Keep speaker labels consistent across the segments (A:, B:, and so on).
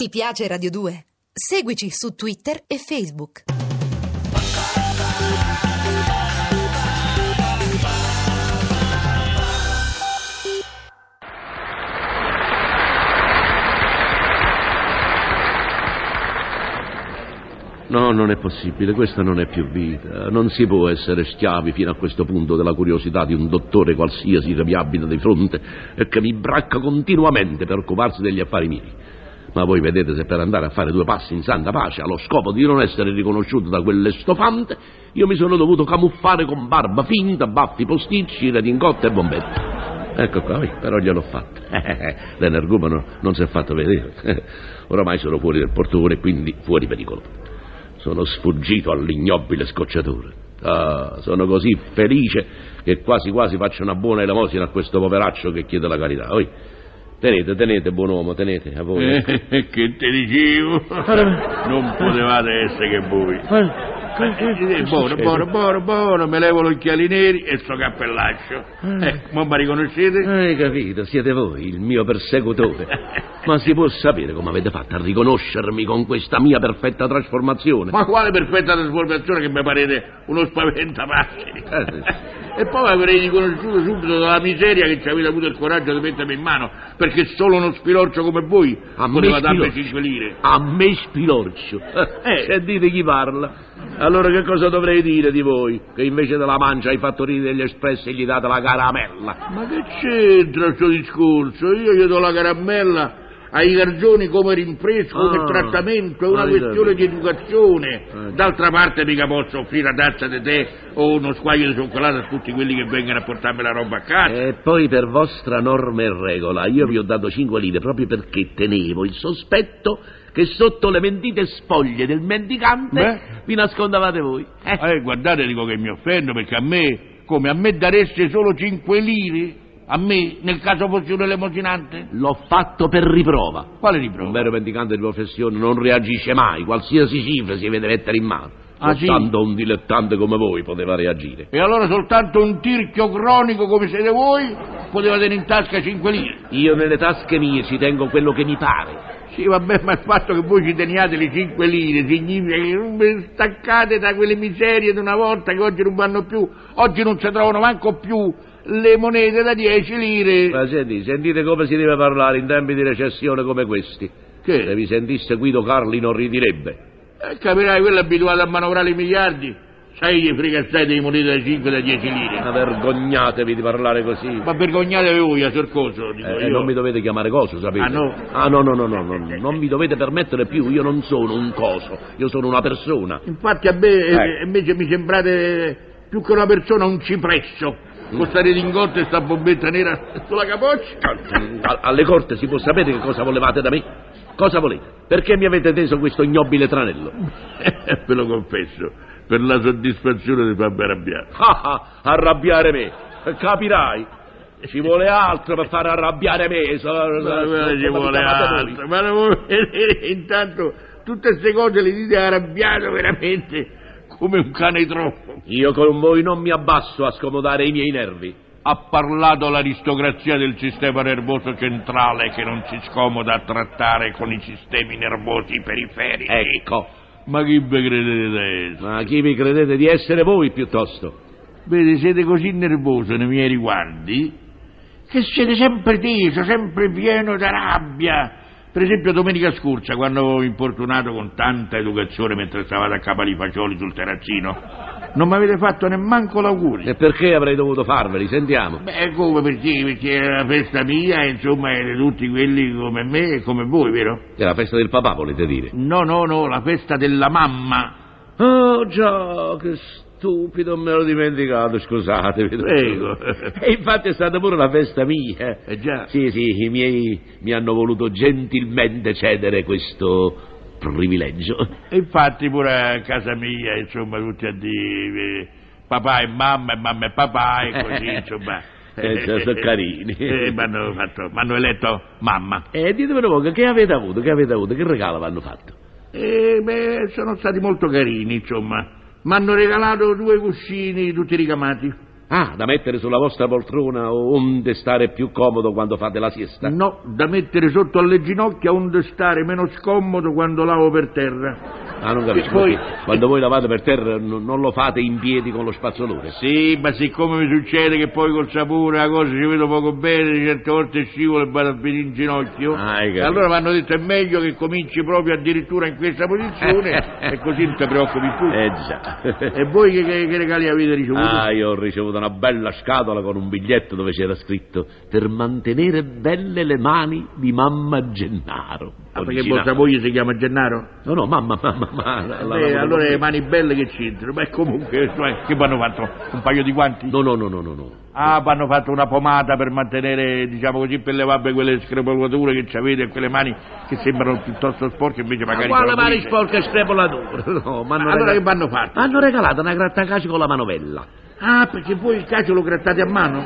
A: Ti piace Radio 2? Seguici su Twitter e Facebook.
B: No, non è possibile, questa non è più vita. Non si può essere schiavi fino a questo punto della curiosità di un dottore qualsiasi che mi abita di fronte e che mi bracca continuamente per occuparsi degli affari miei. Ma voi vedete se per andare a fare due passi in santa pace, allo scopo di non essere riconosciuto da quelle stofante, io mi sono dovuto camuffare con barba finta, baffi posticci, redingotte e bombette. Ecco qua, vedi, però gliel'ho fatta. L'energumeno non si è fatto vedere. Oramai sono fuori del portone, quindi fuori pericolo. Sono sfuggito all'ignobile scocciatore. Ah, sono così felice che quasi quasi faccio una buona elemosina a questo poveraccio che chiede la carità. Oi, tenete, tenete, buon uomo, tenete, a voi.
C: Eh, che te dicevo? Non potevate essere che voi. Eh, buono, buono, buono, buono, mi levo gli occhiali neri e sto cappellaccio. Eh, ma mi riconoscete?
B: Hai capito, siete voi il mio persecutore. Ma si può sapere come avete fatto a riconoscermi con questa mia perfetta trasformazione?
C: Ma quale perfetta trasformazione che mi parete uno spaventapasseri.
B: Eh,
C: E poi avrei riconosciuto subito dalla miseria che ci avete avuto il coraggio di mettermi in mano, perché solo uno spilorcio come voi
B: A me
C: poteva darmi
B: spilorcio?
C: 5 lire.
B: A me spilorcio.
C: Eh.
B: Eh, dite chi parla. Allora che cosa dovrei dire di voi? Che invece della mancia ai fattorini degli espressi gli date la caramella.
C: Ma che c'entra sto discorso? Io gli do la caramella ai gargioni come rinfresco, come
B: Ah,
C: trattamento, è una
B: hai
C: questione di
B: capito.
C: educazione.
B: già.
C: D'altra parte mica posso offrire una tazza di tè o uno squaglio di cioccolato a tutti quelli che vengono a portarmi la roba a casa.
B: E poi per vostra norma e regola io vi ho dato 5 lire proprio perché tenevo il sospetto che sotto le mentite spoglie del mendicante
C: Beh.
B: vi nascondavate voi. Eh,
C: Eh, guardate, dico che mi offendo perché a me, come a me dareste solo 5 lire, a me, nel caso fossi un elemosinante?
B: L'ho fatto per riprova.
C: Quale
B: Un
C: riprova?
B: vero mendicante di professione non reagisce mai, qualsiasi cifra si vede mettere in mano.
C: Ah, sì?
B: Soltanto un dilettante come voi poteva reagire.
C: E allora soltanto un tirchio cronico come siete voi poteva tenere in tasca 5 lire.
B: Io nelle tasche mie ci tengo quello che mi pare.
C: Sì, vabbè, ma il fatto che voi ci teniate le 5 lire significa che non vi staccate da quelle miserie di una volta che oggi non vanno più. Oggi non si trovano manco più le monete da 10 lire.
B: Ma senti, sentite come si deve parlare in tempi di recessione come questi.
C: Che?
B: Se vi sentisse Guido Carli non ridirebbe.
C: Eh, capirai, quello è abituato a manovrare i miliardi. Sai che gli frega assai dei monete da 5 e da 10 lire.
B: Ma vergognatevi di parlare così.
C: Ma vergognatevi voi, a Sorcoso, dico
B: Eh, eh,
C: io.
B: non mi dovete chiamare coso, sapete?
C: Ah, no?
B: Ah, no, no, no, no, no, non mi dovete permettere più, io non sono un coso, io sono una persona.
C: Infatti a me eh,
B: Eh.
C: invece mi sembrate eh, più che una persona un cipresso. Con sta redingotta e sta bombetta nera sulla
B: Ah,
C: capoccia.
B: A- Mm, alle corte si può sapere che cosa volevate da me? Cosa volete? Perché mi avete teso questo ignobile tranello?
C: Eh, Ve lo confesso, per la soddisfazione di farmi arrabbiare.
B: Ah, ah, arrabbiare me, capirai. Ci vuole altro per far arrabbiare me. so- so-
C: Ma
B: so-
C: ci
B: come
C: vuole
B: vi chiamate voi.
C: altro, ma non vuoi vedere intanto tutte queste cose le dite arrabbiato veramente come un cane troppo.
B: Io con voi non mi abbasso a scomodare i miei nervi.
C: Ha parlato l'aristocrazia del sistema nervoso centrale che non si scomoda a trattare con i sistemi nervosi periferici.
B: Ecco.
C: Ma chi vi credete di essere?
B: Ma chi vi credete di essere voi piuttosto?
C: Vedi, siete così nervoso nei miei riguardi che siete sempre teso, sempre pieno di rabbia. Per esempio domenica scorsa, quando avevo importunato con tanta educazione mentre stavate a capa di fagioli sul terrazzino, non mi avete fatto nemmanco l'augurio.
B: E perché avrei dovuto farveli? Sentiamo.
C: Beh, come perché? Perché era la festa mia, e insomma, erano tutti quelli come me e come voi, vero?
B: È la festa del papà, volete dire?
C: No, no, no, la festa della mamma.
B: Oh, già, che stupido, me l'ho dimenticato, scusatevi.
C: Prego.
B: E infatti è stata pure la festa mia.
C: Eh già.
B: Sì, sì, i miei mi hanno voluto gentilmente cedere questo privilegio.
C: E Infatti pure a casa mia, insomma, tutti a dire eh, papà e mamma e mamma e papà e così, insomma.
B: Eh, cioè, sono carini.
C: Eh, mi hanno fatto- mi hanno eletto mamma.
B: E ditemi un po', che avete avuto, che avete avuto, che regalo vi hanno fatto?
C: E beh, sono stati molto carini, insomma. Mi hanno regalato due cuscini tutti ricamati.
B: Ah, da mettere sulla vostra poltrona onde stare più comodo quando fate la siesta?
C: No, da mettere sotto alle ginocchia onde stare meno scomodo quando lavo per terra.
B: Ah, non capisco.
C: Poi-
B: perché Quando voi lavate per terra n- non lo fate in piedi con lo spazzolone.
C: Sì, ma siccome mi succede che poi col sapore la cosa ci vedo poco bene, certe volte scivolo e vado a finire in ginocchio,
B: Ah, hai
C: e
B: capito.
C: allora mi hanno detto è meglio che cominci proprio addirittura in questa posizione e così non ti preoccupi più.
B: Eh già.
C: E voi che, che- che regali avete ricevuto?
B: Ah, io ho ricevuto una bella scatola con un biglietto dove c'era scritto per mantenere belle le mani di mamma Gennaro.
C: Ah, perché
B: Originale.
C: vostra moglie si chiama Gennaro?
B: No, no, mamma, mamma, mamma. la- la-
C: Beh,
B: la-
C: allora le mani belle che c'entrano, ma comunque cioè, che vanno fatto? Un paio di guanti?
B: No, no, no, no, no, no.
C: Ah, vanno fatto una pomata per mantenere, diciamo così, per le vabbie quelle screpolature che avete e quelle mani che sembrano piuttosto sporche invece
B: Ma
C: magari
B: quale
C: sono
B: mani
C: pulite.
B: sporca e screpolatura? No, ma hanno
C: Allora
B: regalato-
C: che vanno fatte?
B: Hanno regalato una grattacaci con la manovella.
C: Ah, perché voi il cacio lo grattate a mano?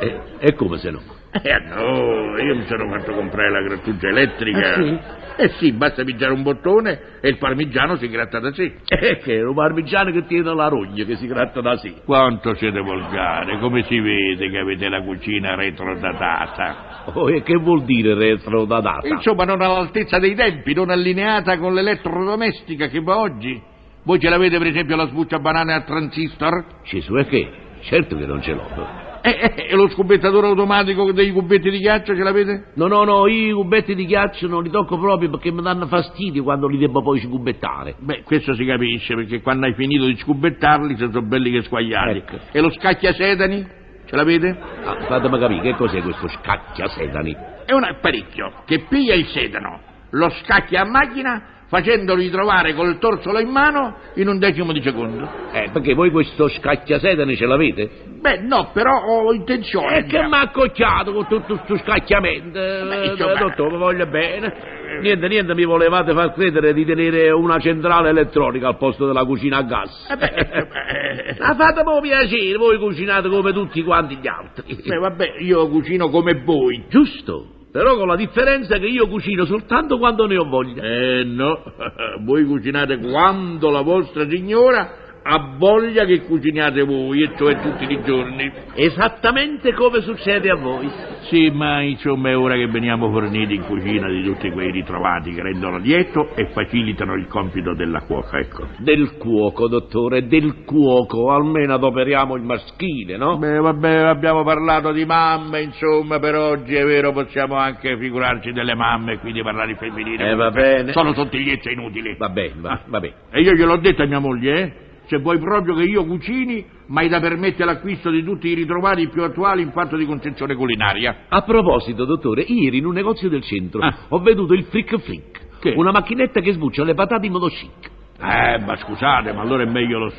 B: E, e come se no?
C: Eh no, io mi sono fatto comprare la grattugia elettrica.
B: Ah, sì?
C: Eh sì, basta pigiare un bottone e il parmigiano si gratta da sé.
B: E Eh, che è un parmigiano che tiene la rogna che si gratta da sé.
C: Quanto siete volgare, come si vede che avete la cucina retrodatata.
B: Oh, e che vuol dire retro da data?
C: Insomma, non all'altezza dei tempi, non allineata con l'elettrodomestica che va oggi. Voi ce l'avete per esempio la sbuccia banane a transistor?
B: Ci su e che? Certo che non ce l'ho.
C: E, e- e lo scubettatore automatico dei cubetti di ghiaccio ce l'avete?
B: No, no, no, io i cubetti di ghiaccio non li tocco proprio perché mi danno fastidio quando li devo poi scubettare.
C: Beh, questo si capisce perché quando hai finito di scubettarli se sono belli che squagliati.
B: Ecco.
C: E lo scacchiasedani? Ce l'avete?
B: Ah, fatemi capire, che cos'è questo scacchia sedani?
C: È un apparecchio che piglia il sedano, lo scacchia a macchina facendolo ritrovare col torsolo in mano in un decimo di secondo.
B: Eh, perché voi questo scacchia sedani ce l'avete?
C: Beh, no, però ho intenzione.
B: E Eh, che mi ha accocciato con tutto questo scacchiamento,
C: Beh,
B: eh,
C: insomma-
B: dottore, mi voglio bene. Niente, niente, mi volevate far credere di tenere una centrale elettronica al posto della cucina a gas.
C: Eh beh, eh, eh,
B: Ma fatemi piacere, voi cucinate come tutti quanti gli altri.
C: beh, eh, vabbè, io cucino come voi.
B: Giusto, però con la differenza che io cucino soltanto quando ne ho voglia.
C: Eh no, voi cucinate quando la vostra signora ha voglia che cuciniate voi, e cioè tutti i giorni.
B: Esattamente come succede a voi.
C: Sì, ma insomma è ora che veniamo forniti in cucina di tutti quei ritrovati che rendono lieto e facilitano il compito della cuoca, ecco.
B: Del cuoco, dottore, del cuoco, almeno adoperiamo il maschile, no?
C: Beh, vabbè, abbiamo parlato di mamme, insomma, per oggi è vero, possiamo anche figurarci delle mamme e quindi parlare di femminile.
B: Eh, va bene.
C: Sono sottigliezze inutili.
B: Va bene, va, va bene.
C: E io gliel'ho detto a mia moglie, eh? Se vuoi proprio che io cucini, ma hai da permettere l'acquisto di tutti i ritrovati più attuali in fatto di concezione culinaria.
B: A proposito, dottore, ieri in un negozio del centro
C: Ah.
B: ho veduto il frick frick,
C: Che?
B: una macchinetta che sbuccia le patate in modo chic.
C: Eh, ma scusate, ma allora è meglio lo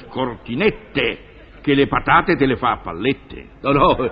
C: scortinette, che le patate te le fa a pallette.
B: No, no,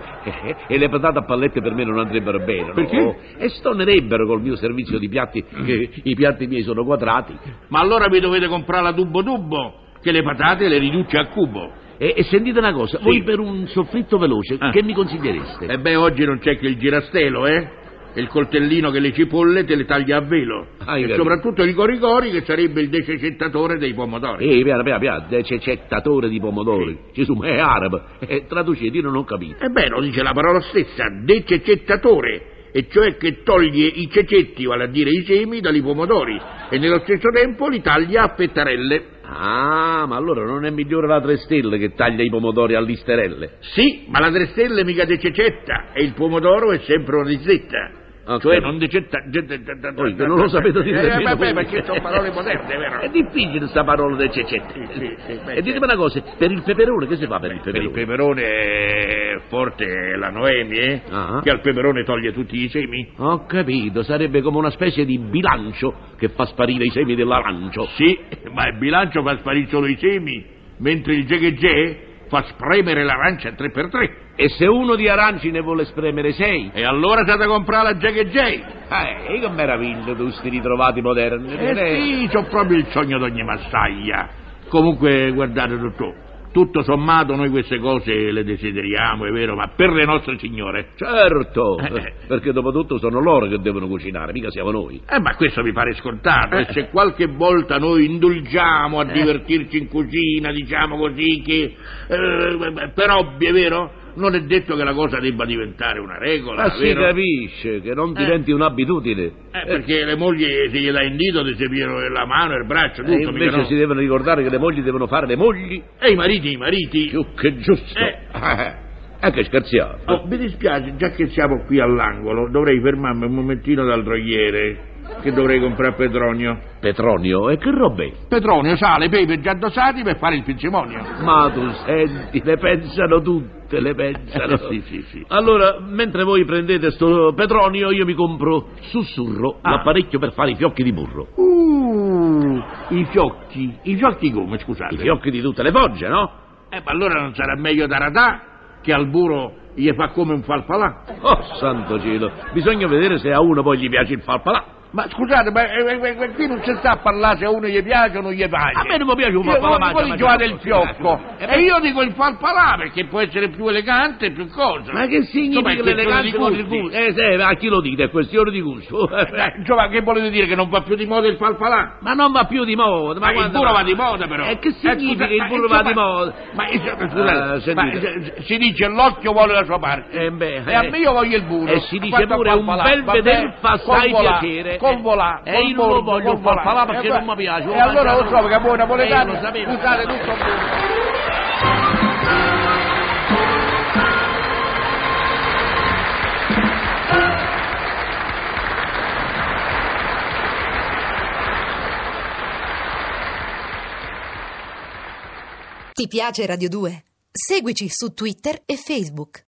B: e le patate a pallette per me non andrebbero bene, no?
C: Perché? Mm.
B: E stonerebbero col mio servizio di piatti, che i piatti miei sono quadrati.
C: Ma allora vi dovete comprare la tubo tubo, che le patate le riduce a cubo.
B: E, e sentite una cosa,
C: Sì.
B: voi per un soffritto veloce,
C: Ah.
B: che mi consigliereste?
C: E beh, oggi non c'è che il girastelo, eh? E il coltellino che le cipolle te le taglia a velo.
B: Ah,
C: e
B: capito.
C: soprattutto il coricori, che sarebbe il dececettatore dei pomodori.
B: Ehi, piano, piano, piano, decettatore di pomodori. Gesù, ma è arabo. Eh, traducete, io non ho capito.
C: Ebbene, lo dice la parola stessa, dececettatore, e cioè che toglie i cecetti, vale a dire i semi, dai pomodori e nello stesso tempo li taglia a pettarelle.
B: Ah, ma allora non è migliore la tre stelle che taglia i pomodori a listerelle?
C: Sì, ma la trestella mica dececetta e il pomodoro è sempre una risetta.
B: Ok.
C: Cioè non decetta... ge- de- de- de-
B: Voi che non lo sapete dire Eh,
C: Eh,
B: nemmeno
C: vabbè,
B: voi.
C: perché sono parole moderne, vero?
B: È difficile sta parola del
C: Sì,
B: cecette.
C: sì, sì, beh,
B: e ditemi una cosa, per il peperone che si fa certo. per il
C: Per il
B: peperone?
C: peperone è forte è la Noemi, eh?
B: Ah.
C: Che al peperone toglie tutti i semi.
B: Ho capito, sarebbe come una specie di bilancio che fa sparire i semi dell'arancio.
C: Sì, ma il bilancio fa sparire solo i semi, mentre il gegegè fa spremere l'arancia 3x3.
B: E se uno di aranci ne vuole spremere sei?
C: E allora c'è da comprare la gegegè.
B: Eh, che meraviglia tu sti ritrovati moderni.
C: Eh sì, c'ho proprio il sogno d'ogni massaglia. Comunque, guardate, dottore, Tutto sommato noi queste cose le desideriamo, è vero, ma per le nostre signore.
B: Certo,
C: Eh,
B: eh,
C: eh.
B: perché dopo tutto sono loro che devono cucinare, mica siamo noi.
C: Eh, ma questo mi pare scontato. E se qualche volta noi indulgiamo a
B: Eh.
C: divertirci in cucina, diciamo così, che eh, per hobby, è vero? Non è detto che la cosa debba diventare una regola,
B: Ma si
C: vero?
B: capisce che non diventi un'abitudine.
C: Eh, perché le mogli eh, se gli dai in dito ti servivano la mano e il braccio, tutto,
B: E
C: Eh, mica
B: Eh, invece
C: no.
B: si devono ricordare che le mogli devono fare le mogli
C: E i mariti, i mariti.
B: più che giusto.
C: Eh.
B: Eh, che scherziamo.
C: Oh, mi dispiace, già che siamo qui all'angolo, dovrei fermarmi un momentino dal droiere, che dovrei comprare Petronio.
B: Petronio, e che robè?
C: Petronio, sale, pepe già dosati per fare il pizzimonio.
B: Ma tu senti, le pensano tutte, le pensano.
C: Eh, sì, sì, sì.
B: Allora, mentre voi prendete sto Petronio, io mi compro sussurro,
C: Ah.
B: l'apparecchio per fare i fiocchi di burro.
C: Uh, i fiocchi. I fiocchi come, scusate?
B: I fiocchi di tutte le fogge, no?
C: Eh, ma allora non sarà meglio Taratà, che al burro gli fa come un falfalà.
B: Oh, santo cielo, bisogna vedere se a uno poi gli piace il farfalà.
C: Ma scusate, ma eh, eh, eh, qui non si sta a parlare se a uno gli piace o non gli piace.
B: A me non mi piace un
C: Io-
B: farfalà.
C: voi- voi
B: mangia-
C: giocate il fiocco
B: Eh,
C: e io dico il falpalà perché può essere più elegante e più cosa.
B: Ma che
C: Insomma, è
B: significa
C: questione
B: l'eleganza
C: di
B: con il
C: gusti.
B: gusto? Eh, sì, a chi lo dite, è questione di gusto.
C: Eh, insomma, che volete dire che non va più di moda il falpalà?
B: Ma non va più di moda, ma,
C: Ma, il
B: quando-
C: burro va di moda però.
B: Eh, che significa
C: scusa,
B: il
C: ma
B: burro va di
C: insomma-
B: moda?
C: Ma insomma, scusate,
B: Eh,
C: ma,
B: sentite.
C: eh, s- si dice l'occhio vuole la sua parte.
B: Eh, beh,
C: E a me io voglio il burro.
B: E si dice
C: Quanto al
B: pure un
C: falfalà,
B: bel
C: vabbè,
B: veder fa
C: col
B: assai
C: volà,
B: piacere.
C: Col volà,
B: Eh,
C: col
B: io non
C: bordo,
B: lo voglio
C: col
B: il falfalà
C: volà.
B: perché
C: Eh,
B: non
C: beh,
B: mi piace, lo
C: E allora
B: mangiavo.
C: lo so che voi napoletani
B: Eh, lo sapevo.
C: usate tutto il burro.
A: Ti piace Radio 2? Seguici su Twitter e Facebook.